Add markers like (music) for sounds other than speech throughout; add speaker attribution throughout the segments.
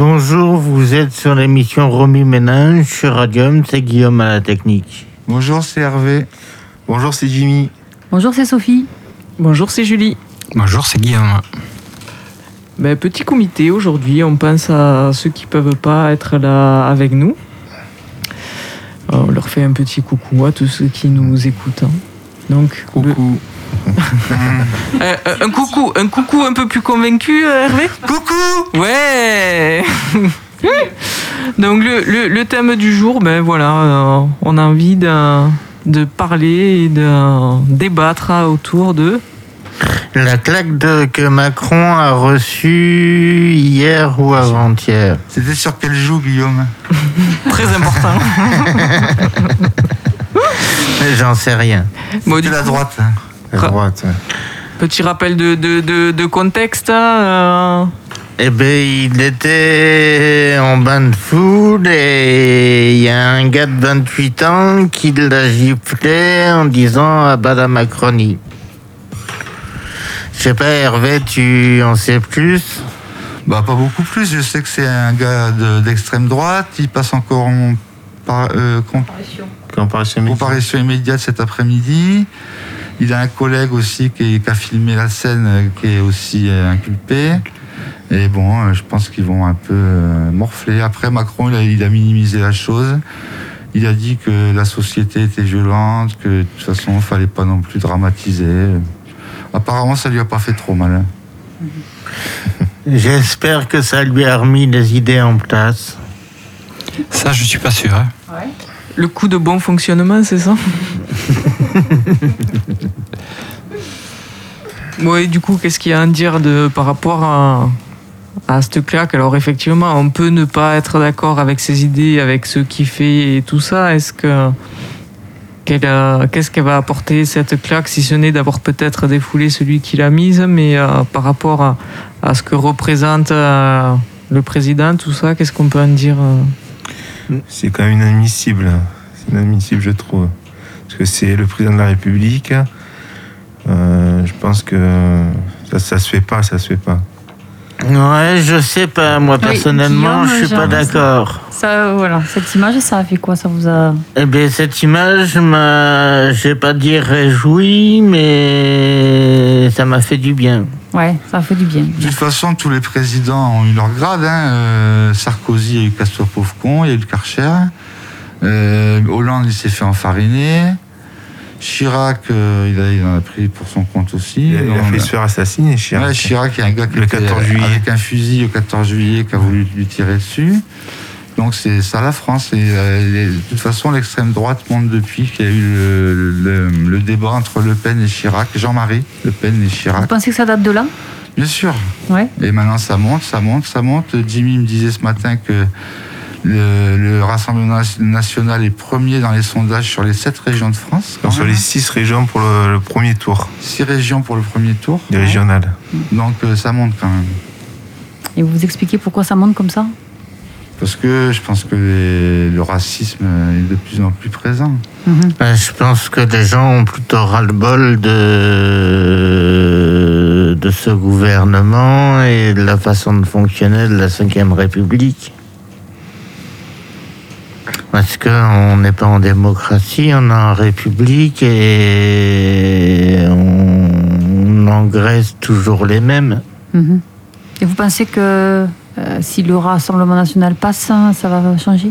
Speaker 1: Bonjour, vous êtes sur l'émission Romy Ménage sur Radium, c'est Guillaume à la technique.
Speaker 2: Bonjour, c'est Hervé.
Speaker 3: Bonjour, c'est Jimmy.
Speaker 4: Bonjour, c'est Sophie.
Speaker 5: Bonjour, c'est Julie.
Speaker 6: Bonjour, c'est Guillaume.
Speaker 5: Ben, petit comité aujourd'hui, on pense à ceux qui peuvent pas être là avec nous. Euh, on leur fait un petit coucou à tous ceux qui nous écoutent. hein. Donc, le-
Speaker 2: Coucou.
Speaker 5: Euh, euh, un coucou, un coucou un peu plus convaincu, euh, Hervé
Speaker 2: Coucou
Speaker 5: Ouais (laughs) Donc le, le- le thème du jour, ben voilà, euh, on a envie de, de parler et de débattre hein, autour de...
Speaker 1: La claque de, que Macron a reçue hier ou avant-hier.
Speaker 2: C'était sur quel joue, Guillaume
Speaker 5: Très important.
Speaker 6: (laughs)
Speaker 1: Mais J'en sais rien.
Speaker 5: Bon,
Speaker 2: De
Speaker 5: du
Speaker 2: la
Speaker 5: coup,
Speaker 2: droite. hein.
Speaker 1: À
Speaker 5: Ra-
Speaker 1: droite.
Speaker 5: Petit rappel de, de- de- de contexte. hein, euh,
Speaker 1: Eh ben, il était en bain de foule et il y a un gars de 28 ans qui l'a giflé en disant à bas la Macronie. Je sais pas, Hervé, tu en sais plus
Speaker 2: Bah, pas beaucoup plus. Je sais que c'est un gars de- d'extrême droite. Il passe encore en par- euh, com-
Speaker 3: Comparation
Speaker 2: comparution immédiate cet après-midi. Il a un collègue aussi qui, qui a filmé la scène, euh, qui est aussi euh, inculpé. Et bon, euh, je pense qu'ils vont un peu euh, morfler. Après, Macron, il a, il a minimisé la chose. Il a dit que la société était violente, que de toute façon, il ne fallait pas non plus dramatiser. Apparemment, ça lui a pas fait trop mal.
Speaker 1: J'espère que ça lui a remis les idées en place.
Speaker 6: Ça, je suis pas sûr. hein.
Speaker 5: le coût de bon fonctionnement, c'est ça Oui, du coup, qu'est-ce qu'il y a à en dire de, par rapport à, à cette claque Alors, effectivement, on peut ne pas être d'accord avec ses idées, avec ce qu'il fait et tout ça. Est-ce que. qu'elle, euh, Qu'est-ce qu'elle va apporter cette claque, si ce n'est d'abord peut-être défouler celui qui l'a mise, mais euh, par rapport à, à ce que représente euh, le président, tout ça, qu'est-ce qu'on peut en dire euh
Speaker 3: C'est quand même inadmissible. C'est inadmissible, je trouve. Parce que c'est le président de la République. Euh, je pense que ça, ça se fait pas, ça se fait pas.
Speaker 1: Ouais, je sais pas. Moi, personnellement,
Speaker 4: Guillaume,
Speaker 1: je suis pas
Speaker 4: j'ai un-
Speaker 1: d'accord.
Speaker 4: Ça, euh, voilà, cette image, ça a fait quoi Ça vous a.
Speaker 1: Eh bien, cette image m'a, je vais pas dire réjoui, mais ça m'a fait du bien.
Speaker 4: Ouais, ça a fait du bien.
Speaker 2: De toute façon, tous les présidents ont eu leur grade. hein. Euh, Sarkozy a eu Castor Pauvre Con, il y a eu le Karcher. Euh, Hollande, il s'est fait enfariner. Chirac, euh, il, a, il en a pris pour son compte aussi.
Speaker 3: Il a, il a
Speaker 2: On
Speaker 3: fait
Speaker 2: a-
Speaker 3: se faire assassiner, Chirac.
Speaker 2: Ouais, Chirac, il y a un gars qui
Speaker 3: Le
Speaker 2: était
Speaker 3: 14 juillet.
Speaker 2: avec un fusil le 14 juillet qui a voulu lui tirer dessus. Donc c'est ça la France. Et, euh, les- de toute façon, l'extrême droite monte depuis qu'il y a eu le, le- le débat entre Le Pen et Chirac, Jean-Marie Le Pen et
Speaker 4: Vous
Speaker 2: Chirac.
Speaker 4: pensez que ça date de là
Speaker 2: Bien sûr.
Speaker 4: Ouais.
Speaker 2: Et maintenant, ça monte, ça monte, ça monte. Jimmy me disait ce matin que le, le Rassemblement nas- national est premier dans les sondages sur les sept régions de France. quand
Speaker 3: Donc, sur
Speaker 2: même.
Speaker 3: les six régions pour le, le premier tour,
Speaker 2: Six régions pour le premier tour.
Speaker 3: les régionales.
Speaker 2: Donc euh, ça monte quand même.
Speaker 4: Et vous vous expliquez pourquoi ça monte comme ça
Speaker 2: Parce que je pense que les- le racisme est de plus en plus présent.
Speaker 4: Mhm.
Speaker 1: Ben, je pense que les gens ont plutôt ras-le-bol de... de ce gouvernement et de la façon de fonctionner de la Ve République. Parce qu'on n'est pas en démocratie, on est en République et on, on engraisse toujours les mêmes.
Speaker 4: Mhm. Et vous pensez que euh, si le Rassemblement national passe, hein, ça va changer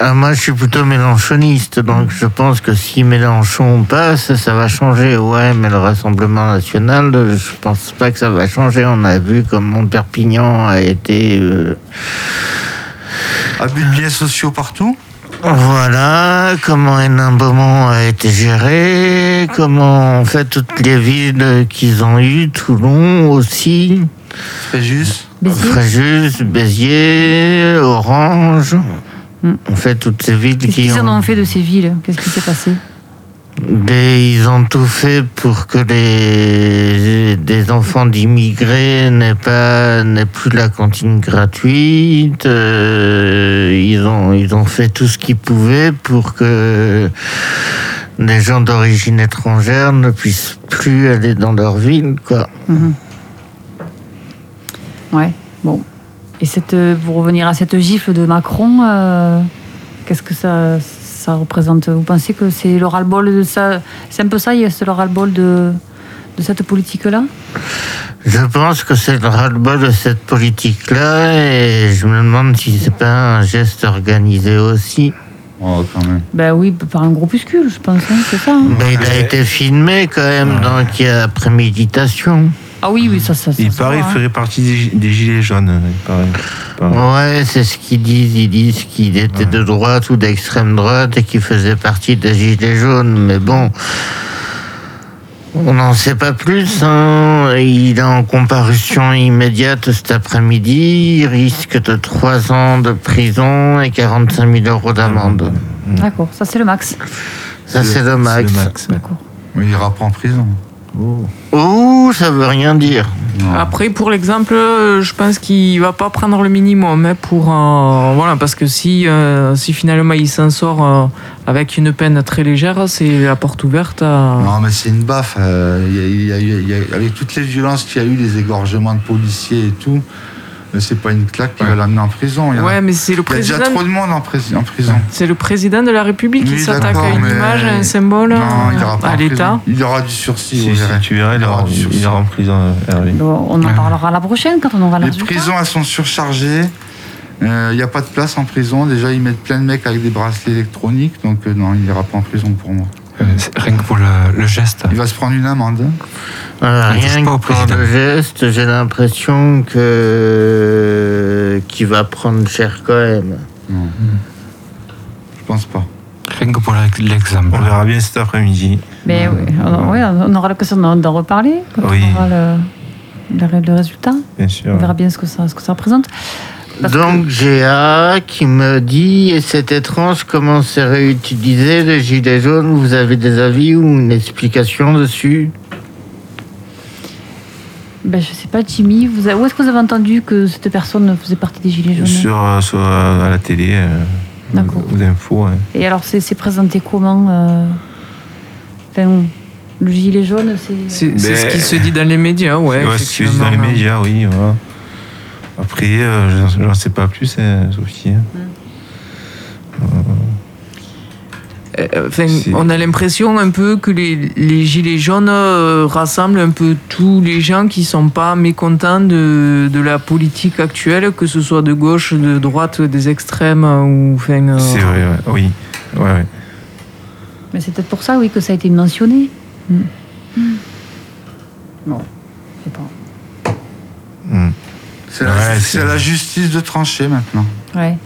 Speaker 1: Ah, moi, je suis plutôt mélanchoniste, donc je pense que si Mélenchon passe, ça va changer. Ouais, mais le Rassemblement national, euh, je pense pas que ça va changer. On a vu comment Perpignan a été. euh,
Speaker 2: Abus de biais sociaux partout.
Speaker 1: voilà, comment Hénin-Beaumont a été géré, comment en fait toutes les villes qu'ils ont eues, Toulon aussi,
Speaker 2: Fréjus.
Speaker 4: Béziers
Speaker 1: Fréjus, Béziers, Orange.
Speaker 4: Mm.
Speaker 1: En fait, toutes ces villes
Speaker 4: Qu'est-ce
Speaker 1: qui
Speaker 4: qu'ils en
Speaker 1: ont.
Speaker 4: ont fait de ces villes Qu'est-ce qui s'est passé
Speaker 1: Mais ils ont tout fait pour que les des enfants d'immigrés n'aient pas n'aient plus la cantine gratuite. Euh, ils ont ils ont fait tout ce qu'ils pouvaient pour que les gens d'origine étrangère ne puissent plus aller dans leur ville quoi.
Speaker 4: Mhm. Ouais, bon. Et cette, euh, pour revenir à cette gifle de Macron, euh, qu'est-ce que ça, ça représente Vous pensez que c'est le ras-le-bol de ça C'est un peu ça, il y a ce ras-le-bol de, de cette politique-là
Speaker 1: Je pense que c'est le ras-le-bol de cette politique-là et je me demande si c'est pas un geste organisé aussi.
Speaker 2: Oh, quand même.
Speaker 4: Ben oui, par un groupuscule, je pense, hein, c'est ça. hein.
Speaker 1: Mais il a
Speaker 3: Ouais.
Speaker 1: été filmé quand même, donc il y a préméditation.
Speaker 4: Ah oui, oui, ça, ça, ça
Speaker 3: Il
Speaker 4: se voit,
Speaker 3: paraît qu'il
Speaker 4: hein.
Speaker 3: ferait partie des gi- des Gilets jaunes. euh, Il paraît. Il paraît.
Speaker 1: Ouais, c'est ce qu'ils disent. Ils disent qu'il était de droite ou d'extrême droite et qu'il faisait partie des Gilets jaunes. Mais bon, on n'en sait pas plus. hein. Il est en comparution immédiate cet après-midi. Il risque de 3 ans de prison et 45 000 euros d'amende.
Speaker 4: D'accord, ça c'est le max.
Speaker 1: Ça, c'est le max.
Speaker 3: C'est le max.
Speaker 4: D'accord.
Speaker 2: Oui, il ira pas en prison.
Speaker 1: Ouh, ça veut rien dire.
Speaker 2: Non.
Speaker 5: Après, pour l'exemple, euh, je pense qu'il va pas prendre le minimum hein, pour euh, voilà parce que si euh, si finalement il s'en sort euh, avec une peine très légère, c'est la porte ouverte à.
Speaker 2: Non, mais c'est une baffe. euh, il y a- il y a eu- il y a- avec toutes les violences qu'il y a eu, les égorgements de policiers et tout, euh, c'est pas une claque qui va l'amener en prison. Il y, en a-
Speaker 5: Ouais, mais c'est le
Speaker 2: il y a déjà
Speaker 5: président.
Speaker 2: trop de monde en, prisi- en prison.
Speaker 5: C'est le président de la République qui
Speaker 2: Oui,
Speaker 5: s'attaque
Speaker 2: d'accord,
Speaker 5: à une
Speaker 2: mais-
Speaker 5: image, à un symbole,
Speaker 2: Non, il ira
Speaker 5: euh,
Speaker 2: pas en
Speaker 5: à l'État.
Speaker 2: prison. Il aura du sursis.
Speaker 3: Si,
Speaker 2: vous
Speaker 3: si,
Speaker 2: verrez.
Speaker 3: tu verras, il
Speaker 2: Ah,
Speaker 3: ira
Speaker 2: sur-
Speaker 3: il ira en prison, euh, Hervé.
Speaker 4: Bon, on en
Speaker 3: Ah.
Speaker 6: Ouais.
Speaker 4: parlera la prochaine quand on aura le
Speaker 2: Les
Speaker 4: résultat.
Speaker 2: prisons, elles sont surchargées. Euh, Il n'y a pas de place en prison. Déjà, ils mettent plein de mecs avec des bracelets électroniques. Donc, euh, non, il n'ira pas en prison pour moi.
Speaker 6: Euh, c'est- Rien que pour le, le geste.
Speaker 2: Il va se prendre une amende. hein,
Speaker 1: Voilà,
Speaker 6: On touche
Speaker 1: rien
Speaker 6: pas au
Speaker 1: que pour
Speaker 6: président.
Speaker 1: le geste, j'ai l'impression que qu'il va prendre cher quand même.
Speaker 2: Je pense pas.
Speaker 6: Rien que pour l'ex- l'exemple.
Speaker 3: On verra bien cet après-midi.
Speaker 4: Mais oui, on, oui, on aura l'occasion d'en d'en reparler quand
Speaker 3: Oui.
Speaker 4: on aura le, le- le résultat.
Speaker 3: Bien sûr.
Speaker 4: On verra bien ce que ça, ce que ça représente. Parce que-
Speaker 1: Donc GA qui me dit et c'est étrange comment c'est réutilisé les gilets jaunes. Vous avez des avis ou une explication dessus
Speaker 4: Ben, je sais pas, Jimmy, vous a- où est-ce que vous avez entendu que cette personne faisait partie des Gilets jaunes
Speaker 3: Sur, euh, sur, euh, à la télé, euh, hein.
Speaker 4: D'accord.
Speaker 3: aux infos. ouais.
Speaker 4: Et alors, c'est c'est présenté comment euh, enfin, Le Gilet jaune, c'est.
Speaker 5: C'est c'est ce
Speaker 3: Mais-
Speaker 5: qui se dit dans les médias, ouais.
Speaker 3: Ouais, c'est juste dans les
Speaker 5: effectivement.
Speaker 3: médias, oui. Voilà. Après, euh, j'en- j'en sais pas plus, hein, Sophie. hein.
Speaker 5: Euh, enfin,
Speaker 3: C'est-
Speaker 5: on a l'impression un peu que les, les gilets jaunes euh, rassemblent un peu tous les gens qui sont pas mécontents de, de la politique actuelle, que ce soit de gauche, de droite, des extrêmes euh, ou enfin. euh,
Speaker 3: C'est vrai, ouais, oui. Ouais, ouais.
Speaker 4: Mais c'est peut-être pour ça, oui, que ça a été mentionné. Hmm. Hmm. Bon, je sais pas.
Speaker 3: Mm.
Speaker 2: C'est la-
Speaker 3: Ouais,
Speaker 2: c'est
Speaker 3: c'est-
Speaker 2: à la justice de trancher maintenant.
Speaker 4: Ouais.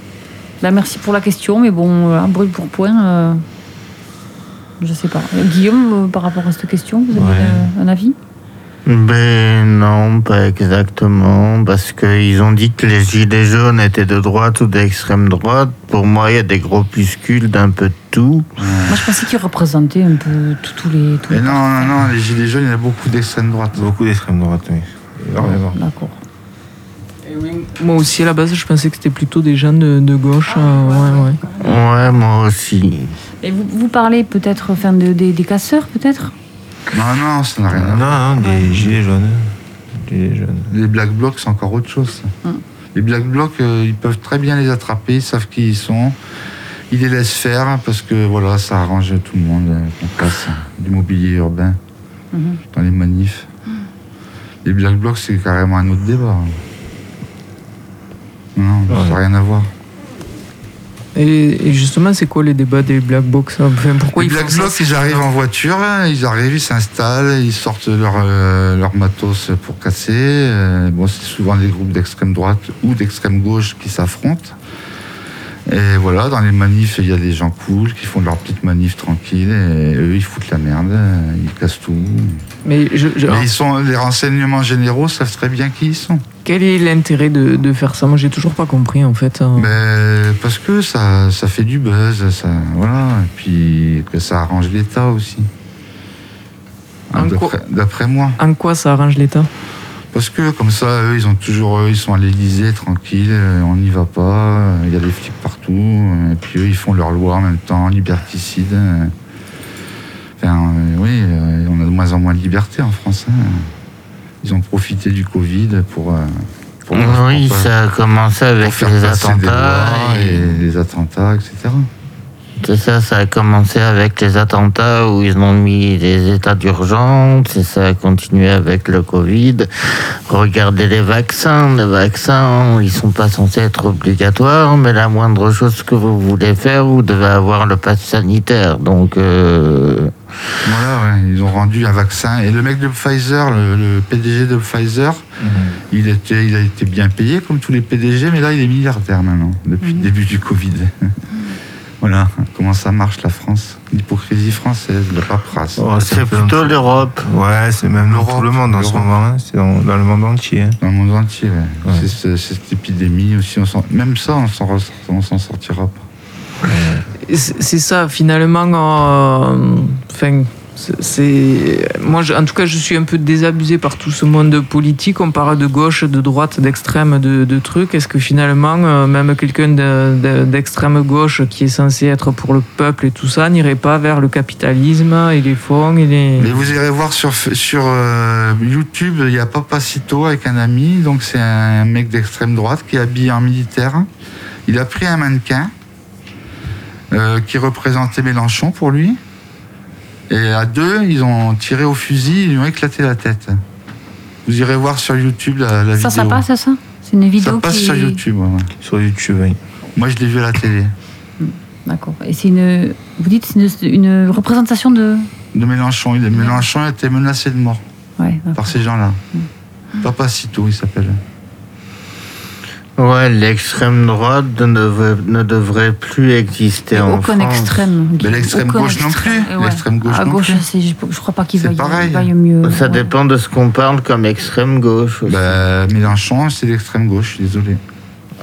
Speaker 4: Ben, merci pour la question, mais bon, euh, un brûle pour point. euh, je sais pas. Euh, Guillaume, euh, par rapport à cette question, vous avez
Speaker 3: Ouais.
Speaker 4: euh, un avis
Speaker 1: Ben non, pas exactement, parce qu'ils ont dit que les gilets jaunes étaient de droite ou d'extrême droite. Pour moi, il y a des groupuscules d'un peu de tout.
Speaker 4: Moi, je pensais qu'il représentait un peu tout- tous les. Tous les
Speaker 2: Et non, non, non, les gilets jaunes, il y en a beaucoup d'extrême droite.
Speaker 3: Beaucoup d'extrême droite, oui. Énormément.
Speaker 4: D'accord.
Speaker 5: eh oui, Moi aussi à la base, je pensais que c'était plutôt des gens de, de gauche. euh, ouais, ouais.
Speaker 1: Ouais, moi aussi.
Speaker 4: Et vous, vous parlez peut-être enfin, de- des- des casseurs, peut-être
Speaker 2: Non, non, ça n'a rien à
Speaker 3: Non,
Speaker 2: voir.
Speaker 3: non, des gilets jaunes. Gilets jaunes.
Speaker 2: Les black blocs, c'est encore autre chose. ça.
Speaker 4: Hum.
Speaker 2: Les black blocs, euh, ils peuvent très bien les attraper, ils savent qui ils sont. Ils les laissent faire parce que voilà, ça arrange tout le monde euh, qu'on passe du mobilier urbain
Speaker 4: Mhm.
Speaker 2: dans les manifs. Les black blocs, c'est carrément un autre débat. Non, ça n'a rien à voir.
Speaker 5: Et, et justement, c'est quoi les débats des black box euh, enfin, Pourquoi
Speaker 2: les
Speaker 5: ils
Speaker 2: Black
Speaker 5: font ça
Speaker 2: Blocs, ils arrivent en voiture, hein, ils arrivent, ils s'installent, ils sortent leur, euh, leur matos pour casser. euh, bon, c'est souvent des groupes d'extrême droite ou d'extrême gauche qui s'affrontent. Et voilà, dans les manifs, il y a des gens cool qui font leurs petites manifs tranquilles et eux, ils foutent la merde, euh, ils cassent tout.
Speaker 5: Mais je- je-
Speaker 2: Mais ils sont, les renseignements généraux savent très bien qui ils sont.
Speaker 5: quel est l'intérêt de, de faire ça Moi, j'ai toujours pas compris en fait. euh.
Speaker 2: Mais Ben, parce que ça, ça fait du buzz, ça, voilà, et puis que ça arrange l'État aussi. Ah,
Speaker 5: En quoi-
Speaker 2: d'après- D'après moi.
Speaker 5: En quoi ça arrange l'État
Speaker 2: Parce que comme ça, eux, ils ont toujours, eux, ils sont à l'Élysée, tranquille, on n'y va pas, euh, il y a des flics partout, euh, et puis eux, ils font leur loi en même temps, liberticide. euh. Enfin, euh, oui, euh, on a de moins en moins de liberté en France. hein. Ils ont profité du Covid pour euh, pour moi,
Speaker 1: Ah oui,
Speaker 2: pour pas-
Speaker 1: ça a commencé
Speaker 2: pour
Speaker 1: avec
Speaker 2: faire
Speaker 1: les
Speaker 2: passer des
Speaker 1: attentats.
Speaker 2: lois
Speaker 1: et-
Speaker 2: et les attentats, etc.
Speaker 1: C'est ça, ça a commencé avec les attentats où ils ont mis les états d'urgence et ça a continué avec le Covid. Regardez les vaccins, les vaccins, ils sont pas censés être obligatoires, mais la moindre chose que vous voulez faire, vous devez avoir le pass sanitaire. Donc, euh,
Speaker 2: Voilà, ouais, ils ont rendu un vaccin. Et le mec de Pfizer, le, le PDG de Pfizer, il, était, il a été bien payé comme tous les PDG, mais là il est milliardaire maintenant, depuis le début du Covid. (laughs) voilà comment ça marche la France, l'hypocrisie française, la paperasse.
Speaker 3: Oh, ça
Speaker 1: c'est
Speaker 3: fait
Speaker 1: plutôt
Speaker 3: un-
Speaker 1: l'Europe.
Speaker 3: Ouais, c'est même dans
Speaker 2: L'Europe,
Speaker 3: tout le monde en ce
Speaker 2: l'Europe.
Speaker 3: moment. hein. C'est dans, dans le monde entier. hein.
Speaker 2: Dans le monde entier, ouais.
Speaker 3: Ouais.
Speaker 2: C'est ce- cette épidémie aussi. On s'en- même ça, on s'en, ressort- on s'en sortira pas.
Speaker 5: C'est c'est ça, finalement. euh, Enfin, c'est- c'est. Moi, je- en tout cas, je suis un peu désabusé par tout ce monde politique. On parle de gauche, de droite, d'extrême, de, de trucs. Est-ce que finalement, euh, même quelqu'un de- de- d'extrême gauche qui est censé être pour le peuple et tout ça n'irait pas vers le capitalisme et les fonds et les.
Speaker 2: Mais vous irez voir sur, sur euh, YouTube, il y a Papacito avec un ami. Donc c'est un mec d'extrême droite qui est habillé en militaire. Il a pris un mannequin euh, qui représentait Mélenchon pour lui. Et à deux, ils ont tiré au fusil, ils lui ont éclaté la tête. Vous irez voir sur YouTube la, la
Speaker 4: Ça,
Speaker 2: vidéo.
Speaker 4: ça passe, ça C'est une
Speaker 2: Ça
Speaker 4: vidéo
Speaker 2: passe
Speaker 4: qui...
Speaker 2: sur YouTube. ouais, ouais.
Speaker 3: Sur YouTube, hein. oui.
Speaker 2: Moi, je l'ai vu à la télé.
Speaker 4: D'accord. Et c'est une... Vous dites c'est une, une représentation de...
Speaker 2: de Mélenchon. Il est- Mélenchon a été menacé de mort
Speaker 4: Ouais, d'accord.
Speaker 2: par ces gens-là. Papacito, il s'appelle.
Speaker 1: Ouais, l'extrême droite ne, veut- ne devrait plus exister
Speaker 4: Et
Speaker 1: en
Speaker 4: aucun
Speaker 1: France.
Speaker 4: extrême. Guy.
Speaker 2: Mais l'extrême
Speaker 4: Aucun
Speaker 2: gauche non
Speaker 4: extrême.
Speaker 2: plus.
Speaker 4: Et ouais.
Speaker 2: L'extrême gauche
Speaker 4: À
Speaker 2: non
Speaker 4: gauche,
Speaker 2: plus.
Speaker 4: c'est- je, je crois pas qu'il
Speaker 2: C'est
Speaker 4: vaille,
Speaker 2: pareil.
Speaker 4: vaille mieux.
Speaker 1: Ça
Speaker 4: Ouais.
Speaker 1: dépend de ce qu'on parle comme extrême gauche. aussi.
Speaker 2: Bah, Mélenchon, c'est l'extrême gauche, je suis désolé.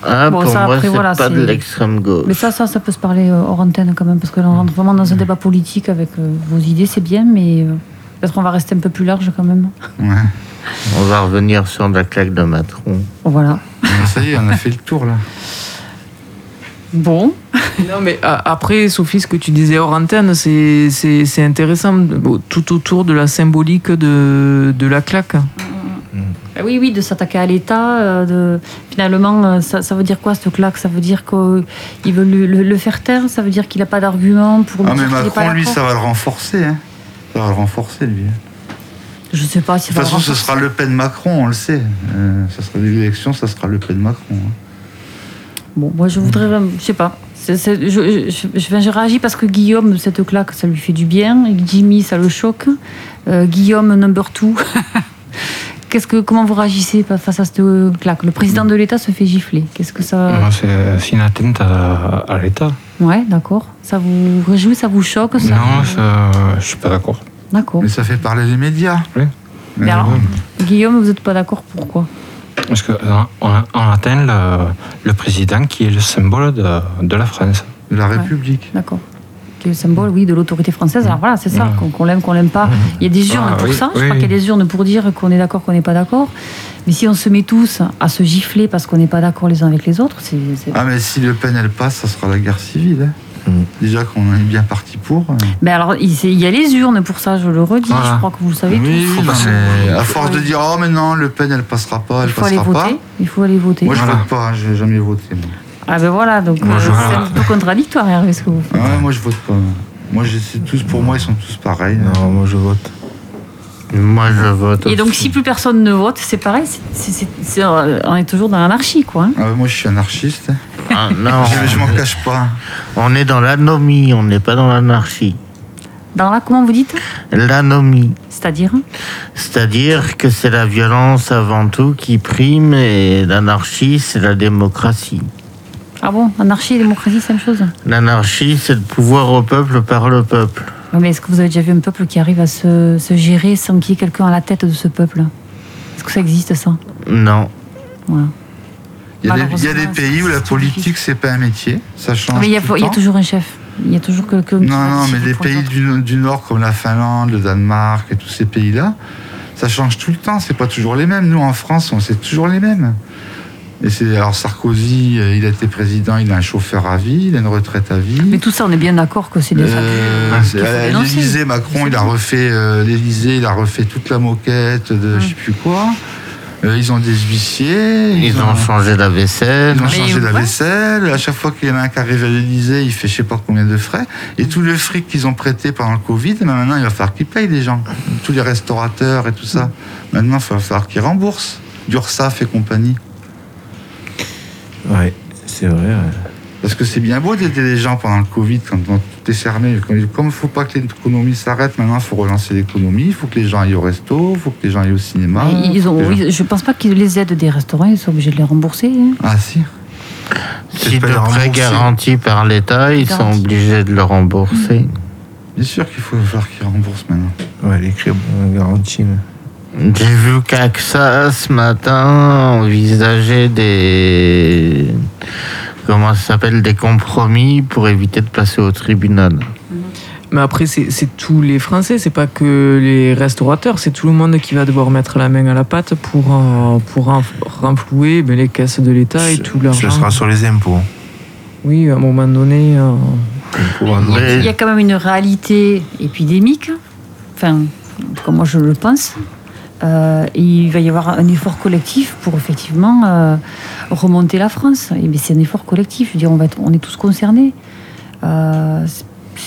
Speaker 1: ah,
Speaker 4: bon,
Speaker 1: pour
Speaker 4: ça,
Speaker 1: moi,
Speaker 4: après,
Speaker 1: c'est
Speaker 4: voilà,
Speaker 1: pas de
Speaker 4: c'est-
Speaker 1: l'extrême gauche.
Speaker 4: Mais ça, ça, ça peut se parler euh, hors antenne quand même, parce que là, on rentre vraiment dans un
Speaker 2: Mm.
Speaker 4: débat politique avec euh, vos idées, c'est bien, mais euh, peut-être qu'on va rester un peu plus large quand même.
Speaker 2: Ouais.
Speaker 1: On va revenir sur la claque de Matron.
Speaker 4: Bon, Voilà.
Speaker 2: Mais ça y est, on a fait le tour
Speaker 4: (laughs)
Speaker 2: là.
Speaker 4: Bon.
Speaker 5: (laughs) Non, mais euh, après, Sophie, ce que tu disais hors antenne, c'est- c'est c'est intéressant, bon, tout autour de la symbolique de, de la claque.
Speaker 4: Euh, Oui, oui, de s'attaquer à l'État. euh, de... Finalement, euh, ça, ça veut dire quoi, ce claque Ça veut dire qu'il veut le, le- le faire taire Ça veut dire qu'il n'a pas d'argument pour.
Speaker 2: Ah,
Speaker 4: dire
Speaker 2: mais
Speaker 4: qu'il est pas
Speaker 2: Macron, lui,
Speaker 4: d'accord
Speaker 2: ça va le renforcer. hein. Ça va le renforcer, lui. De
Speaker 4: Je sais pas si
Speaker 2: toute façon, ce sera Le Pen-Macron, on le sait. Euh, ça sera l'élection, ça sera Le Pen-Macron. hein.
Speaker 4: Bon, moi, je voudrais. euh, Je sais pas. C'est- c'est- je, je, je- je réagis parce que Guillaume, cette claque, ça lui fait du bien. Et Jimmy, ça le choque. Euh, Guillaume, number two. (laughs) Qu'est-ce que, comment vous réagissez pa- face à cette euh, claque Le président de l'État se fait gifler. Qu'est-ce que ça.
Speaker 6: Non, c'est c'est une atteinte à, à l'État.
Speaker 4: Ouais, d'accord. Ça vous réjouit, ça vous choque ça
Speaker 6: Non, ça- je suis pas d'accord.
Speaker 4: D'accord.
Speaker 2: Mais ça fait parler les médias.
Speaker 6: Oui.
Speaker 4: Mais
Speaker 2: Euh,
Speaker 4: alors, Guillaume, vous n'êtes pas d'accord pourquoi
Speaker 6: Parce qu'on on on atteint le, le président qui est le symbole de, de la France.
Speaker 2: de la République.
Speaker 4: D'accord. Qui est le symbole, oui, de l'autorité française. Alors voilà, c'est ça,
Speaker 6: Ouais.
Speaker 4: qu'on qu'on l'aime, qu'on l'aime pas. Il y a des urnes
Speaker 6: Ah,
Speaker 4: pour
Speaker 6: oui,
Speaker 4: ça. Je
Speaker 6: oui,
Speaker 4: crois
Speaker 6: oui.
Speaker 4: qu'il y a des urnes pour dire qu'on est d'accord, qu'on n'est pas d'accord. Mais si on se met tous à se gifler parce qu'on n'est pas d'accord les uns avec les autres, c'est. c'est-
Speaker 2: Ah, mais si Le Pen, elle passe, ça sera la guerre civile. hein.
Speaker 6: Mm.
Speaker 2: Déjà qu'on est bien parti pour. euh.
Speaker 4: Mais alors, il c'est- il y a les urnes pour ça, je le redis.
Speaker 6: Voilà.
Speaker 4: Je crois que vous le savez
Speaker 2: Oui,
Speaker 4: tous.
Speaker 2: oui, non,
Speaker 6: passer.
Speaker 2: mais à force de dire oh mais non Le Pen elle passera pas, elle
Speaker 4: il faut aller
Speaker 2: passera
Speaker 4: voter.
Speaker 2: pas.
Speaker 4: Il faut aller voter.
Speaker 2: Moi je
Speaker 6: Voilà.
Speaker 2: vote pas, je n'ai jamais voté. Moi,
Speaker 4: Ah ben voilà, donc
Speaker 6: Moi,
Speaker 4: euh,
Speaker 6: je-
Speaker 4: c'est un peu contradictoire, Hervé, ce que vous faites.
Speaker 2: Ah ouais, moi je vote pas. Moi je sais tous pour moi ils sont tous pareils.
Speaker 3: Non, moi je vote.
Speaker 1: Moi, je vote.
Speaker 4: Et donc,
Speaker 1: aussi.
Speaker 4: si plus personne ne vote, c'est pareil, c'est- c'est- c'est- c'est- euh, on est toujours dans l'anarchie, quoi. hein.
Speaker 2: Ah ouais, moi je suis anarchiste.
Speaker 1: Ah,
Speaker 4: (laughs)
Speaker 1: non,
Speaker 2: Je, je m'en cache pas.
Speaker 1: on est dans l'anomie, on n'est pas dans l'anarchie.
Speaker 4: Dans la, comment vous dites
Speaker 1: L'anomie,
Speaker 4: C'est-à-dire hein.
Speaker 1: c'est-à-dire que c'est la violence avant tout qui prime et l'anarchie, c'est la démocratie.
Speaker 4: Ah bon, anarchie et démocratie, c'est la même chose
Speaker 1: L'anarchie, c'est le pouvoir au peuple par le peuple.
Speaker 4: Oui, Mais est-ce que vous avez déjà vu un peuple qui arrive à se, se gérer sans qu'il y ait quelqu'un à la tête de ce peuple Est-ce que ça existe, ça
Speaker 1: Non.
Speaker 4: Voilà.
Speaker 2: Il y a, des, il y a
Speaker 4: Malheureusement,
Speaker 2: des pays où
Speaker 4: c'est
Speaker 2: la
Speaker 4: difficile.
Speaker 2: politique c'est pas un métier, ça change.
Speaker 4: Mais il y, a-
Speaker 2: Ah, tout le
Speaker 4: il y a
Speaker 2: temps.
Speaker 4: toujours un chef. Il y a toujours quelqu'un qui
Speaker 2: Non,
Speaker 4: va
Speaker 2: non,
Speaker 4: décider
Speaker 2: mais les
Speaker 4: pour les
Speaker 2: pays
Speaker 4: autres.
Speaker 2: du, du Nord comme la Finlande, le Danemark et tous ces pays-là, ça change tout le temps. C'est pas toujours les mêmes. Nous, en France, on c'est toujours les mêmes. Et c'est alors Sarkozy, euh, il a été président, il a un chauffeur à vie, il a une retraite à vie.
Speaker 4: Mais tout ça, on est bien d'accord que c'est des
Speaker 2: Euh,
Speaker 4: abus,
Speaker 2: c'est-
Speaker 4: qu'il faut
Speaker 2: à
Speaker 4: dénoncer.
Speaker 2: l'Élysée,
Speaker 5: Hum.
Speaker 2: Macron, il a refait euh, l'Élysée, il a refait toute la moquette de je sais plus quoi. Euh, ils ont des huissiers.
Speaker 1: Ils ont changé la vaisselle.
Speaker 2: Ils ont
Speaker 5: Mais
Speaker 2: changé la
Speaker 5: ouais.
Speaker 2: vaisselle. À chaque fois qu'il y en a un qui arrive à l'Elysée, il fait je sais pas combien de frais. Et tout le fric qu'ils ont prêté pendant le Covid, ben maintenant, il va falloir qu'ils payent les gens. Tous les restaurateurs et tout ça.
Speaker 5: Hum.
Speaker 2: Maintenant, il va falloir qu'ils remboursent. D'URSAF et compagnie.
Speaker 3: Ouais, c'est vrai. ouais.
Speaker 2: Parce que c'est bien beau d'aider les gens pendant le Covid quand on- tout est fermé. Comme il faut pas que l'économie s'arrête, maintenant, il faut relancer l'économie. Il faut que les gens aillent au resto. Il faut que les gens aillent au cinéma.
Speaker 4: Mais ils ont,
Speaker 2: faut que les gens-
Speaker 4: oui, je pense pas qu'ils les aident des restaurants, ils sont obligés de les rembourser. hein.
Speaker 2: Ah si.
Speaker 1: Si
Speaker 3: pas
Speaker 1: le
Speaker 3: les
Speaker 1: prêt
Speaker 3: rembourser.
Speaker 1: garanti par l'État, ils sont
Speaker 4: Garanti.
Speaker 1: obligés de le rembourser.
Speaker 2: Bien sûr qu'il faut falloir qu'ils remboursent maintenant.
Speaker 3: Ouais, les crèmes garanties. ouais.
Speaker 1: J'ai vu qu'AXA ce matin envisageait des. Comment ça s'appelle Des compromis pour éviter de passer au tribunal.
Speaker 5: Mais après, c'est c'est tous les Français, c'est pas que les restaurateurs, c'est tout le monde qui va devoir mettre la main à la pâte pour, euh, pour renf- renflouer ben, les caisses de l'État et
Speaker 3: Ce-
Speaker 5: tout l'argent.
Speaker 3: Ce sera sur les impôts.
Speaker 5: Oui, à un moment donné. euh,
Speaker 3: Pour avoir-
Speaker 1: Mais-
Speaker 4: Il y a quand même une réalité épidémique, enfin, comme moi je le pense. Euh, et il va y avoir un effort collectif pour effectivement euh, remonter la France. Et bien, c'est un effort collectif. Je veux dire, on, va être- on est tous concernés. Euh, c'est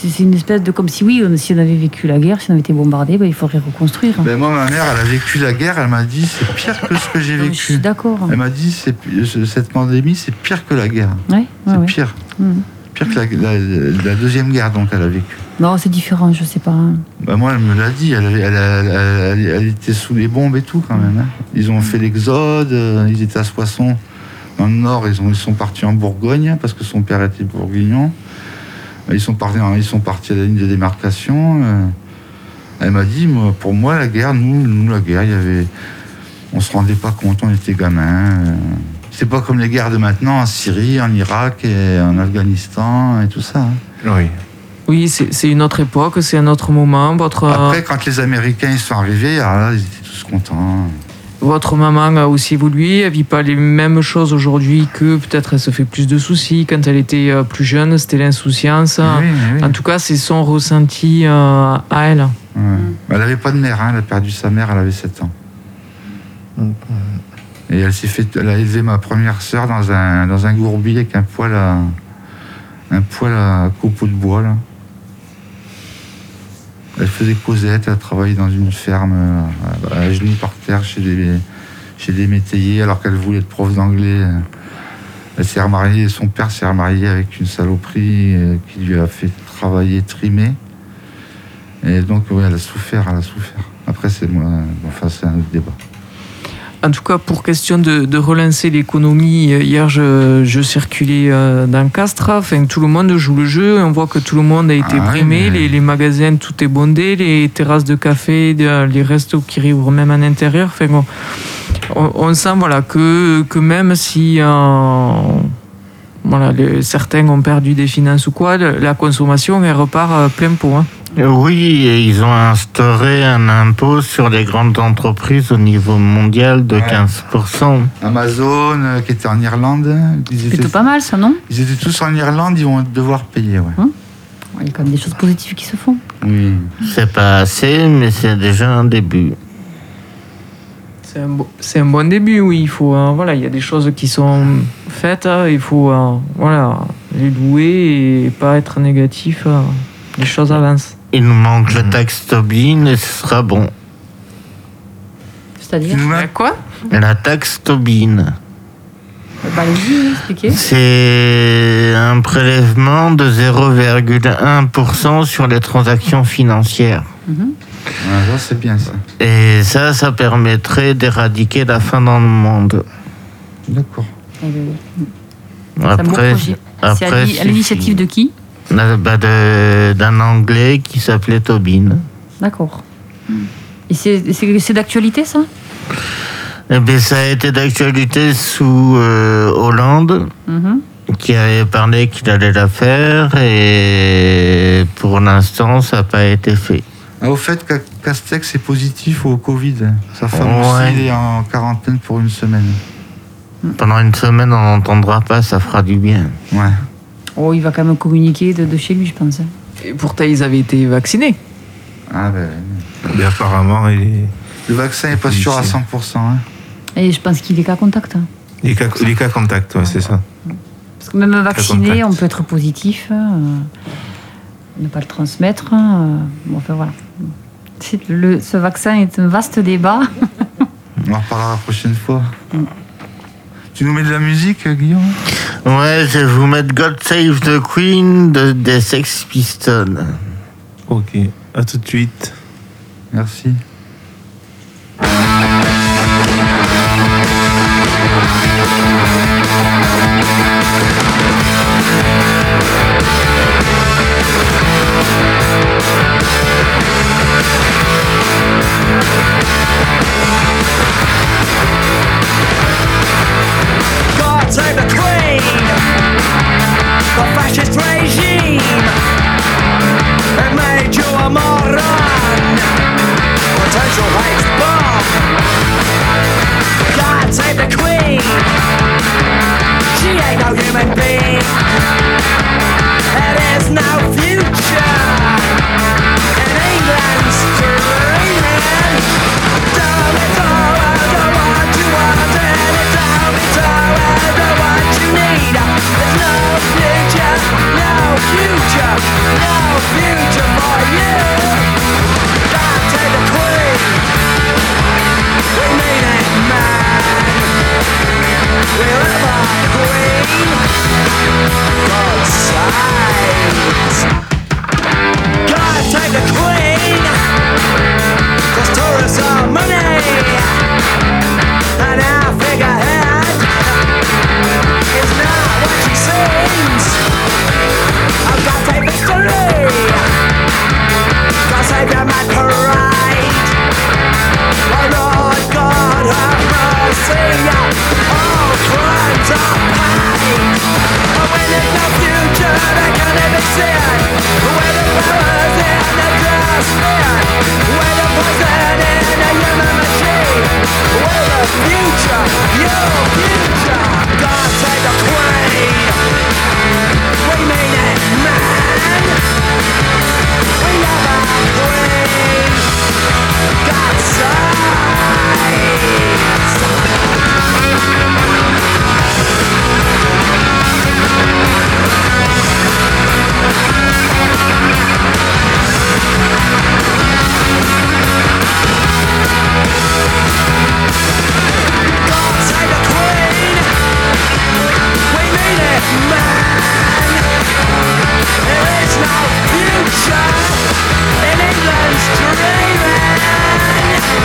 Speaker 4: c'est une espèce de comme si oui, on- si on avait vécu la guerre, si on avait été bombardé, ben, il faudrait reconstruire.
Speaker 2: Ben, moi, ma mère, elle a vécu la guerre. Elle m'a dit c'est pire que ce que j'ai
Speaker 4: Donc, je
Speaker 2: vécu. Eh
Speaker 4: suis
Speaker 2: ben,
Speaker 4: d'accord.
Speaker 2: Elle m'a dit c'est pi- ce- cette pandémie, c'est pire que la guerre.
Speaker 4: Ouais,
Speaker 2: C'est
Speaker 4: ouais, ouais.
Speaker 2: pire.
Speaker 4: Mhm.
Speaker 2: Pire que la, la- la deuxième guerre, donc, elle a vécu.
Speaker 4: Non, c'est différent, je sais pas. hein.
Speaker 2: Ben, moi, elle me l'a dit. Elle, avait- elle a- elle a- elle- elle était sous les bombes et tout, quand même. hein. Ils ont fait l'exode. euh, Ils étaient à Soissons, dans le Nord. Ils, ont, ils sont partis en Bourgogne, hein, parce que son père était bourguignon. Ils sont partis, en- ils sont partis à la ligne de démarcation. euh. Elle m'a dit, moi, pour moi, la guerre, nous, nous, la guerre, il y avait. On se rendait pas compte, on était gamin. C'est pas comme les guerres de maintenant en Syrie, en Irak et en Afghanistan et tout ça. hein.
Speaker 3: Ah Oui.
Speaker 5: Oui, c'est c'est une autre époque, c'est un autre moment. Votre,
Speaker 2: Après, quand les Américains ils sont arrivés, alors là, ils étaient tous contents.
Speaker 5: votre maman a aussi évolué, elle vit pas les mêmes choses aujourd'hui que peut-être elle se fait plus de soucis. Quand elle était euh, plus jeune, c'était l'insouciance.
Speaker 2: Oui, oui.
Speaker 5: En tout cas, c'est son ressenti euh, à elle.
Speaker 2: Ouais. Elle avait pas de mère, hein, elle a perdu sa mère, elle avait 7 ans.
Speaker 3: Mm.
Speaker 2: Et elle s'est fait, elle a élevé ma première sœur dans un, dans un gourbi avec un poêle à, un poêle à copeaux de bois, là. Elle faisait Cosette, elle travaillait dans une ferme, euh, à, à genoux par terre chez des, chez des métayers, alors qu'elle voulait être prof d'anglais. Elle s'est remariée, son père s'est remarié avec une saloperie euh, qui lui a fait travailler, trimer. Et donc, oui, elle a souffert, elle a souffert. Après, c'est moi, bon, enfin, c'est un autre débat.
Speaker 5: En tout cas, pour question de, de relancer l'économie, euh, hier je, je circulais euh, dans Castres, enfin, tout le monde joue le jeu, on voit que tout le monde a été
Speaker 2: Ah ouais,
Speaker 5: brimé,
Speaker 2: mais-
Speaker 5: les, les magasins, tout est bondé, les terrasses de café, de- les restos qui réouvrent même en intérieur, enfin, on, on- on sent voilà, que, que même si euh, voilà, les- certains ont perdu des finances ou quoi, le- la consommation elle repart euh, plein pot. hein.
Speaker 1: Oui, et ils ont instauré un impôt sur les grandes entreprises au niveau mondial de
Speaker 2: Ouais.
Speaker 1: 15%.
Speaker 2: Amazon, euh, qui était en Irlande, ils étaient,
Speaker 4: Plutôt pas mal, ça, non
Speaker 2: ils étaient tous en Irlande, ils vont devoir payer, ouais.
Speaker 4: Il y a quand même des choses positives qui se font.
Speaker 2: Oui.
Speaker 1: C'est pas assez, mais c'est déjà un début.
Speaker 5: C'est un, bon, c'est un bon début, oui. Il faut, euh, voilà, il y a des choses qui sont faites. hein, il faut, euh, voilà, les louer et pas être négatif. euh, les choses avancent.
Speaker 1: Il nous manque
Speaker 4: Mm-hmm.
Speaker 1: le taxe Tobin et ce sera bon.
Speaker 4: C'est-à-dire
Speaker 2: Nous,
Speaker 5: Mais quoi
Speaker 1: La taxe Tobin.
Speaker 4: Bah, Allez-y, expliquez.
Speaker 1: C'est un prélèvement de 0,1% sur les transactions financières.
Speaker 2: ouais, ça, c'est bien, ça.
Speaker 1: Et ça, ça permettrait d'éradiquer la faim dans le monde.
Speaker 2: D'accord.
Speaker 4: Eh ben oui. C'est un bon
Speaker 1: Après,
Speaker 4: projet. C'est à
Speaker 1: après,
Speaker 4: l'i- à
Speaker 1: c'est
Speaker 4: l'initiative de qui
Speaker 1: fini. Bah, de- d'un Anglais qui s'appelait Tobin.
Speaker 4: D'accord. Et c'est- c'est c'est d'actualité, ça
Speaker 1: Eh bien, ça a été d'actualité sous euh, Hollande,
Speaker 4: Mhm.
Speaker 1: qui avait parlé qu'il allait la faire, et pour l'instant, ça n'a pas été fait.
Speaker 2: Ah, au fait, Ca- Castex est positif au Covid. Sa femme
Speaker 1: Ouais.
Speaker 2: aussi, il est en quarantaine pour une semaine.
Speaker 4: Mm.
Speaker 1: Pendant une semaine, on n'entendra pas, ça fera du bien.
Speaker 2: Ouais.
Speaker 4: Oh, il va quand même communiquer de, de chez lui, je pense.
Speaker 5: Et Pourtant, ils avaient été vaccinés.
Speaker 2: Ah, ben, ouais.
Speaker 3: Mais apparemment, il est-
Speaker 2: le vaccin est pas sûr à 100%. hein.
Speaker 4: Et je pense qu'il est qu'à contact. hein.
Speaker 3: Les cas, les cas contacts, ouais, c'est ça.
Speaker 4: Parce que même vacciné,
Speaker 3: contact.
Speaker 4: on peut être positif, hein, euh, ne pas le transmettre. hein, euh, bon, enfin voilà. C'est le- ce vaccin est un vaste débat.
Speaker 2: On en reparlera la prochaine fois.
Speaker 4: Mm.
Speaker 2: Tu nous mets de la musique, euh, Guillaume
Speaker 1: Ouais, je vais vous mettre God Save the Queen de- des Sex Pistols.
Speaker 3: Ok, à tout de suite.
Speaker 2: Merci.
Speaker 7: God save the Queen, the fascist regime. It made you a moron, potential hate bomb. God save the Queen, she ain't no human being. There is no future in England's dreaming. Down it's all under what you want, and it's down it's all under what you need. There's no future, no future, no future for you. God save the Queen, we mean it, man. We love our Queen. God saves. God save the Queen. Cause tourists are money And our figurehead Is not what she seems I've got a victory Cause I've got my pride Oh Lord God have mercy Oh, All crimes are paid And when there's no future they can be seen Where the powers in the atmosphere Where the poison in a human machine Where the future, your future God save the queen We mean it man We love our queen God size. God save the queen. We mean it, man. There is no future in England's dreaming.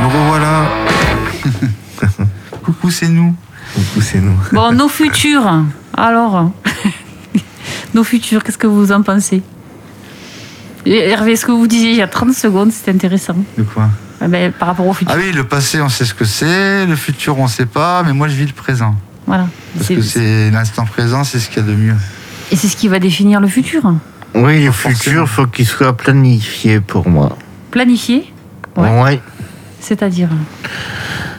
Speaker 3: Nous revoilà.
Speaker 2: Coucou, c'est nous.
Speaker 3: Coucou, c'est nous.
Speaker 4: (laughs) Bon, nos futurs. Alors, (laughs) nos futurs, qu'est-ce que vous en pensez Et Hervé, ce que vous disiez il y a 30 secondes, c'est intéressant.
Speaker 2: De quoi
Speaker 4: Eh ben, par rapport au futur.
Speaker 2: Ah oui, le passé, on sait ce que c'est. Le futur, on sait pas. Mais moi, je vis le présent.
Speaker 4: Voilà.
Speaker 2: Parce
Speaker 4: C'est-
Speaker 2: que c'est l'instant présent, c'est ce qu'il y a de mieux.
Speaker 4: Et c'est ce qui va définir le futur.
Speaker 1: Oui, le
Speaker 2: forcément.
Speaker 1: futur, faut qu'il soit planifié pour moi.
Speaker 4: Planifié, Ouais.
Speaker 1: Ouais.
Speaker 4: c'est-à-dire.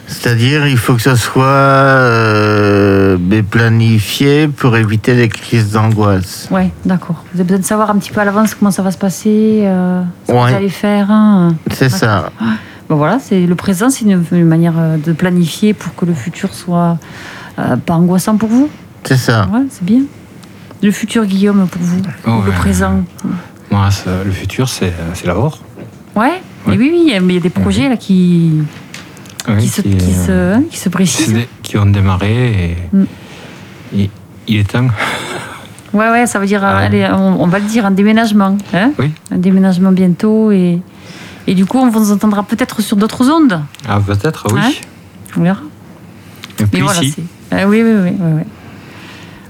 Speaker 1: C'est-à-dire, il faut que ce soit euh, mais planifié pour éviter les crises d'angoisse.
Speaker 4: Ouais, d'accord. Vous avez besoin de savoir un petit peu à l'avance comment ça va se passer, euh, ce que
Speaker 1: Ouais.
Speaker 4: vous allez faire. hein.
Speaker 1: C'est ça.
Speaker 4: Bon, voilà, c'est le présent, c'est une, une manière euh, de planifier pour que le futur soit euh, pas angoissant pour vous.
Speaker 1: C'est ça.
Speaker 4: Ouais, c'est bien. Le futur Guillaume pour vous,
Speaker 6: Oh,
Speaker 4: le
Speaker 6: ouais.
Speaker 4: présent.
Speaker 6: Moi, c'est- euh, le futur, c'est c'est la mort.
Speaker 4: Ouais.
Speaker 6: Ouais.
Speaker 4: Et oui, oui, mais il y a des projets là qui,
Speaker 6: Oui,
Speaker 4: qui, se,
Speaker 6: qui,
Speaker 4: qui,
Speaker 6: euh,
Speaker 4: se, hein, qui se
Speaker 6: c'est
Speaker 4: précisent.
Speaker 6: des- qui ont démarré et,
Speaker 4: Mm.
Speaker 6: et il est temps.
Speaker 4: Ouais, ouais, ça veut dire, euh,
Speaker 6: Ah.
Speaker 4: allez, on, on va le dire, un déménagement. hein
Speaker 6: Oui.
Speaker 4: Un déménagement bientôt. Et, et du coup, on vous entendra peut-être sur d'autres ondes.
Speaker 6: Ah, peut-être, oui.
Speaker 4: Ouais. On verra.
Speaker 6: Et
Speaker 4: Hein Mais
Speaker 6: puis
Speaker 4: voilà,
Speaker 6: ici,
Speaker 4: c'est- Ah oui, oui, oui, oui, oui.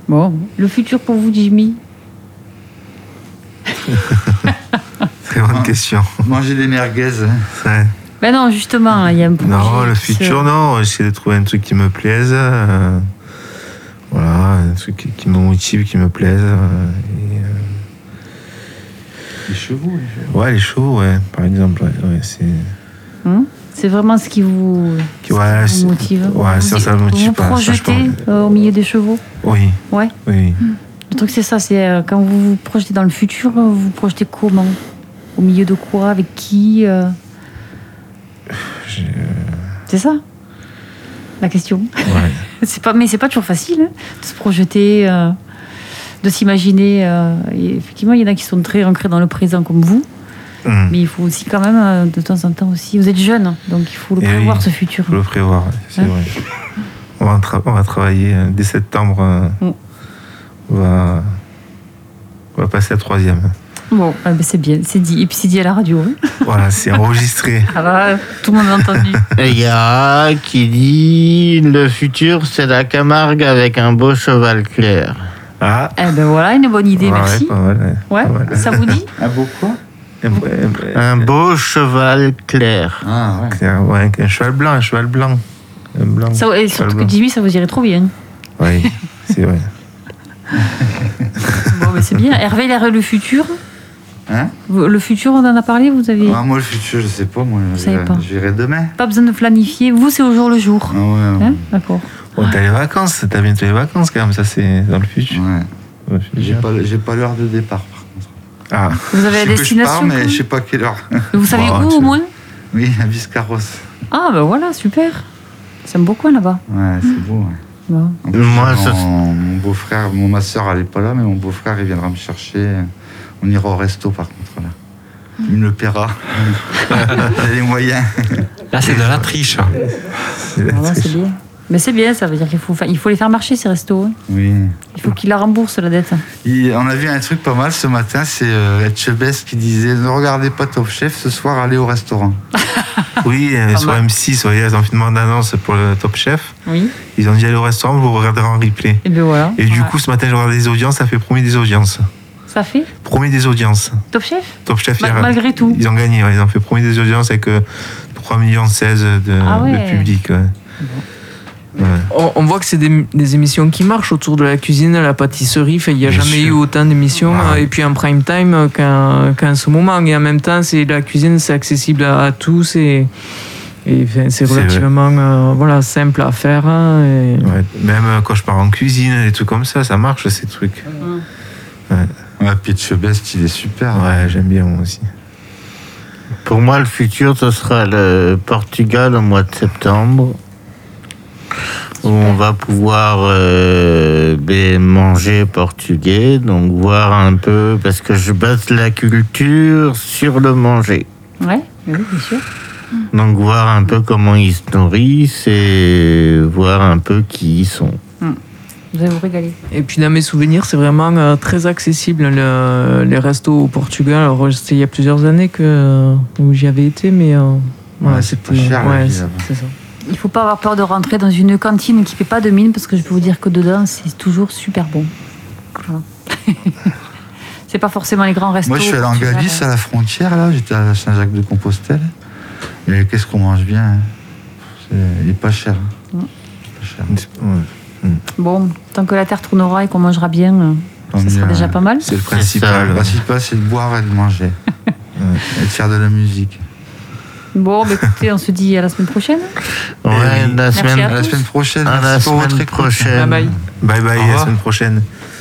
Speaker 4: Bon, le futur pour vous, Jimmy
Speaker 3: Très bonne
Speaker 2: Ah.
Speaker 3: question.
Speaker 2: (laughs) Manger des merguez. hein.
Speaker 3: Ouais.
Speaker 4: Ben non, justement, il y a un projet
Speaker 3: Non, le
Speaker 4: qui se-
Speaker 3: futur, non. J'essaie de trouver un truc qui me plaise. euh, voilà, un truc qui, qui me motive, qui me plaise. euh, et, euh,
Speaker 2: Les chevaux, les chevaux.
Speaker 3: ouais, les shows, ouais, par exemple. ouais, ouais, c'est,
Speaker 4: C'est vraiment ce qui vous,
Speaker 3: Qui- ouais,
Speaker 4: ce qui
Speaker 3: c'est-
Speaker 4: vous motive.
Speaker 3: ouais, ça, ça me
Speaker 4: Vous
Speaker 3: motive
Speaker 4: vous
Speaker 3: pas, ça, je
Speaker 4: projetez
Speaker 3: pense.
Speaker 4: euh, au milieu des chevaux
Speaker 3: oui,
Speaker 4: Ouais.
Speaker 3: oui.
Speaker 4: Le truc, c'est ça, c'est euh, quand vous vous projetez dans le futur, vous vous projetez comment Au milieu de quoi Avec qui euh
Speaker 3: J'ai- euh,
Speaker 4: C'est ça la question. (laughs)
Speaker 3: ouais.
Speaker 4: C'est pas, mais c'est pas toujours facile hein, de se projeter, euh, de s'imaginer. euh, et effectivement, il y en a qui sont très ancrés dans le présent comme vous,
Speaker 3: Hum,
Speaker 4: mais il faut aussi quand même euh, de temps en temps aussi. Vous êtes jeune, hein, donc il faut le
Speaker 3: Eh oui.
Speaker 4: prévoir ce futur.
Speaker 3: faut le prévoir, ouais, c'est
Speaker 4: Hein
Speaker 3: vrai. On va, tra- on va travailler euh, dès septembre. euh,
Speaker 4: Mm.
Speaker 3: on, va, on va passer à troisième.
Speaker 4: Bon, ah ben, c'est bien, c'est dit. Et puis c'est dit à la radio. hein.
Speaker 3: Voilà,
Speaker 4: (laughs)
Speaker 3: c'est enregistré.
Speaker 4: Ah là, tout le monde a
Speaker 3: (laughs)
Speaker 4: entendu.
Speaker 1: Et Il y a qui dit le futur c'est la Camargue avec un beau cheval clair.
Speaker 3: Ah,
Speaker 4: eh ben voilà, une bonne idée,
Speaker 3: ouais,
Speaker 4: merci.
Speaker 3: pas mal, ouais.
Speaker 4: Ouais,
Speaker 3: mal.
Speaker 4: ça vous dit
Speaker 2: Un beau quoi
Speaker 3: Un, un-
Speaker 1: Un beau cheval clair.
Speaker 2: Ah ouais.
Speaker 3: un- ouais, un cheval blanc, un cheval blanc. Un blanc.
Speaker 4: ça, Et
Speaker 3: un cheval
Speaker 4: surtout que
Speaker 3: blanc.
Speaker 4: Jimmy, ça vous irait trop bien. (laughs)
Speaker 3: Oui, c'est vrai.
Speaker 4: Bon, ben
Speaker 2: (laughs)
Speaker 4: c'est bien. Hervé, il a le futur.
Speaker 2: Hein
Speaker 4: Vous- Le futur, on en a parlé, vous avez
Speaker 2: Ah, moi, le futur, je sais pas. Moi,
Speaker 4: Vous savez
Speaker 2: j'irai-
Speaker 4: pas.
Speaker 2: j'irai demain.
Speaker 4: pas besoin de planifier. Vous, c'est au jour le jour.
Speaker 2: Ah ouais.
Speaker 4: Hein D'accord.
Speaker 3: Bon, Oh, t'as les vacances, t'as bientôt les vacances quand même, ça c'est dans le futur.
Speaker 2: ouais.
Speaker 3: Dans le futur.
Speaker 2: J'ai pas, j'ai pas l'heure de départ, par contre.
Speaker 3: Ah,
Speaker 4: Vous avez
Speaker 2: Je sais
Speaker 4: la
Speaker 2: que je
Speaker 4: destination.
Speaker 2: pars, mais
Speaker 4: quoi
Speaker 2: je sais Bah, pas quelle heure. (laughs)
Speaker 4: Vous savez
Speaker 3: Bon,
Speaker 4: où,
Speaker 3: c'est-
Speaker 4: au moins
Speaker 2: Oui, à Biscarros.
Speaker 4: Ah, ben voilà, super. C'est un beau coin là-bas.
Speaker 2: Ouais,
Speaker 4: Hmm.
Speaker 2: c'est beau. ouais. (laughs)
Speaker 4: Bon.
Speaker 2: En plus,
Speaker 1: Moi,
Speaker 2: mon,
Speaker 1: ça-
Speaker 2: mon beau-frère, mon, ma soeur, elle est pas là, mais mon beau-frère, il viendra me chercher. On ira au resto, par contre, là.
Speaker 4: Hmm.
Speaker 2: Il me le
Speaker 4: (laughs)
Speaker 2: paiera. (laughs) J'ai les moyens.
Speaker 6: là c'est de la triche.
Speaker 3: c'est la
Speaker 4: Voilà, c'est
Speaker 3: triche.
Speaker 4: bien. Mais c'est bien, ça veut dire qu'il faut, fa- il faut les faire marcher, ces restos. hein.
Speaker 2: Oui.
Speaker 4: Il faut qu'ils la remboursent, la dette.
Speaker 2: Il- on a vu un truc pas mal ce matin, c'est euh, Ed Chebest qui disait Ne regardez pas Top Chef, ce soir, allez au restaurant.
Speaker 4: (laughs)
Speaker 3: Oui, euh,
Speaker 4: Pas
Speaker 3: sur
Speaker 4: mal.
Speaker 3: M6, voyez, ils ont fait une demande d'annonce pour le Top Chef.
Speaker 4: Oui.
Speaker 3: Ils ont dit allez au restaurant, vous regarderez en replay.
Speaker 4: Et bien voilà.
Speaker 3: Et du
Speaker 4: Voilà.
Speaker 3: coup, ce matin, j'ai regardé des audiences, ça fait premier des audiences.
Speaker 4: Ça fait
Speaker 3: Premier des audiences.
Speaker 4: Top Chef
Speaker 3: Top Chef,
Speaker 4: Ma-
Speaker 3: hier,
Speaker 4: Malgré tout.
Speaker 3: ils ont gagné, ouais, ils ont fait premier des audiences avec euh, 3,16 millions de,
Speaker 4: Ah ouais.
Speaker 3: de public. ouais. Ouais.
Speaker 5: On, on voit que c'est des, des émissions qui marchent autour de la cuisine, la pâtisserie. Enfin, Il n'y a
Speaker 3: Bien
Speaker 5: jamais
Speaker 3: sûr.
Speaker 5: eu autant d'émissions,
Speaker 3: Ah ouais.
Speaker 5: euh, et puis en prime time euh, qu'en qu'en ce moment. Et en même temps, c'est la cuisine, c'est accessible à, à tous et, et, enfin, c'est
Speaker 3: C'est vrai.
Speaker 5: relativement euh, voilà, simple à faire. hein, et-
Speaker 3: Ouais. Même euh, quand je pars en cuisine, des trucs comme ça, ça marche ces trucs.
Speaker 2: Ouais, puis Ed Chebest, il est super.
Speaker 3: Ouais, j'aime bien moi aussi.
Speaker 1: Pour moi, le futur, ce sera le Portugal au mois de septembre, où on va pouvoir euh, ben, manger portugais, donc voir un peu, parce que je base la culture sur le manger.
Speaker 4: Ouais, oui, bien sûr.
Speaker 1: Donc voir un peu comment ils se nourrissent et voir un peu qui ils sont.
Speaker 4: Vous allez vous régaler.
Speaker 5: Et puis dans mes souvenirs, c'est vraiment euh, très accessible le- les restos au Portugal. Alors, c'était il y a plusieurs années que où j'y avais été, mais euh, ouais,
Speaker 2: Ouais, c'est
Speaker 5: c'était-
Speaker 2: pas cher, la
Speaker 5: ouais,
Speaker 2: vie,
Speaker 5: c'est-
Speaker 2: là-bas.
Speaker 5: c'est ça.
Speaker 4: Il faut pas avoir peur de rentrer dans une cantine qui fait pas de mine parce que je peux vous dire que dedans c'est toujours super bon. Voilà. (laughs) c'est pas forcément les grands restos.
Speaker 2: Moi, je suis allé en
Speaker 4: Portugal,
Speaker 2: Galice
Speaker 4: euh,
Speaker 2: à la frontière, là. J'étais à Saint-Jacques-de-Compostelle. Et qu'est-ce qu'on mange bien hein. C'est- Il est pas cher. hein.
Speaker 4: Mm.
Speaker 2: Pas cher.
Speaker 3: Ouais.
Speaker 4: Bon, tant que la terre tournera et qu'on mangera bien, euh,
Speaker 2: Tant
Speaker 4: ça sera
Speaker 2: mieux,
Speaker 4: déjà
Speaker 2: ouais.
Speaker 4: pas mal.
Speaker 3: C'est le
Speaker 2: Le
Speaker 3: principal.
Speaker 2: principal, c'est de boire et de manger. Et de faire de la musique.
Speaker 4: Bon, bah, écoutez, on se dit à la semaine prochaine.
Speaker 1: Ouais,
Speaker 3: oui.
Speaker 1: la
Speaker 4: Merci
Speaker 1: semaine,
Speaker 4: à
Speaker 2: À Ah, la semaine prochaine.
Speaker 1: à la
Speaker 2: Merci pour votre
Speaker 1: semaine
Speaker 2: écoute.
Speaker 1: prochaine.
Speaker 5: Bye bye.
Speaker 3: Bye bye,
Speaker 2: Au
Speaker 3: à la
Speaker 2: revoir.
Speaker 3: semaine prochaine.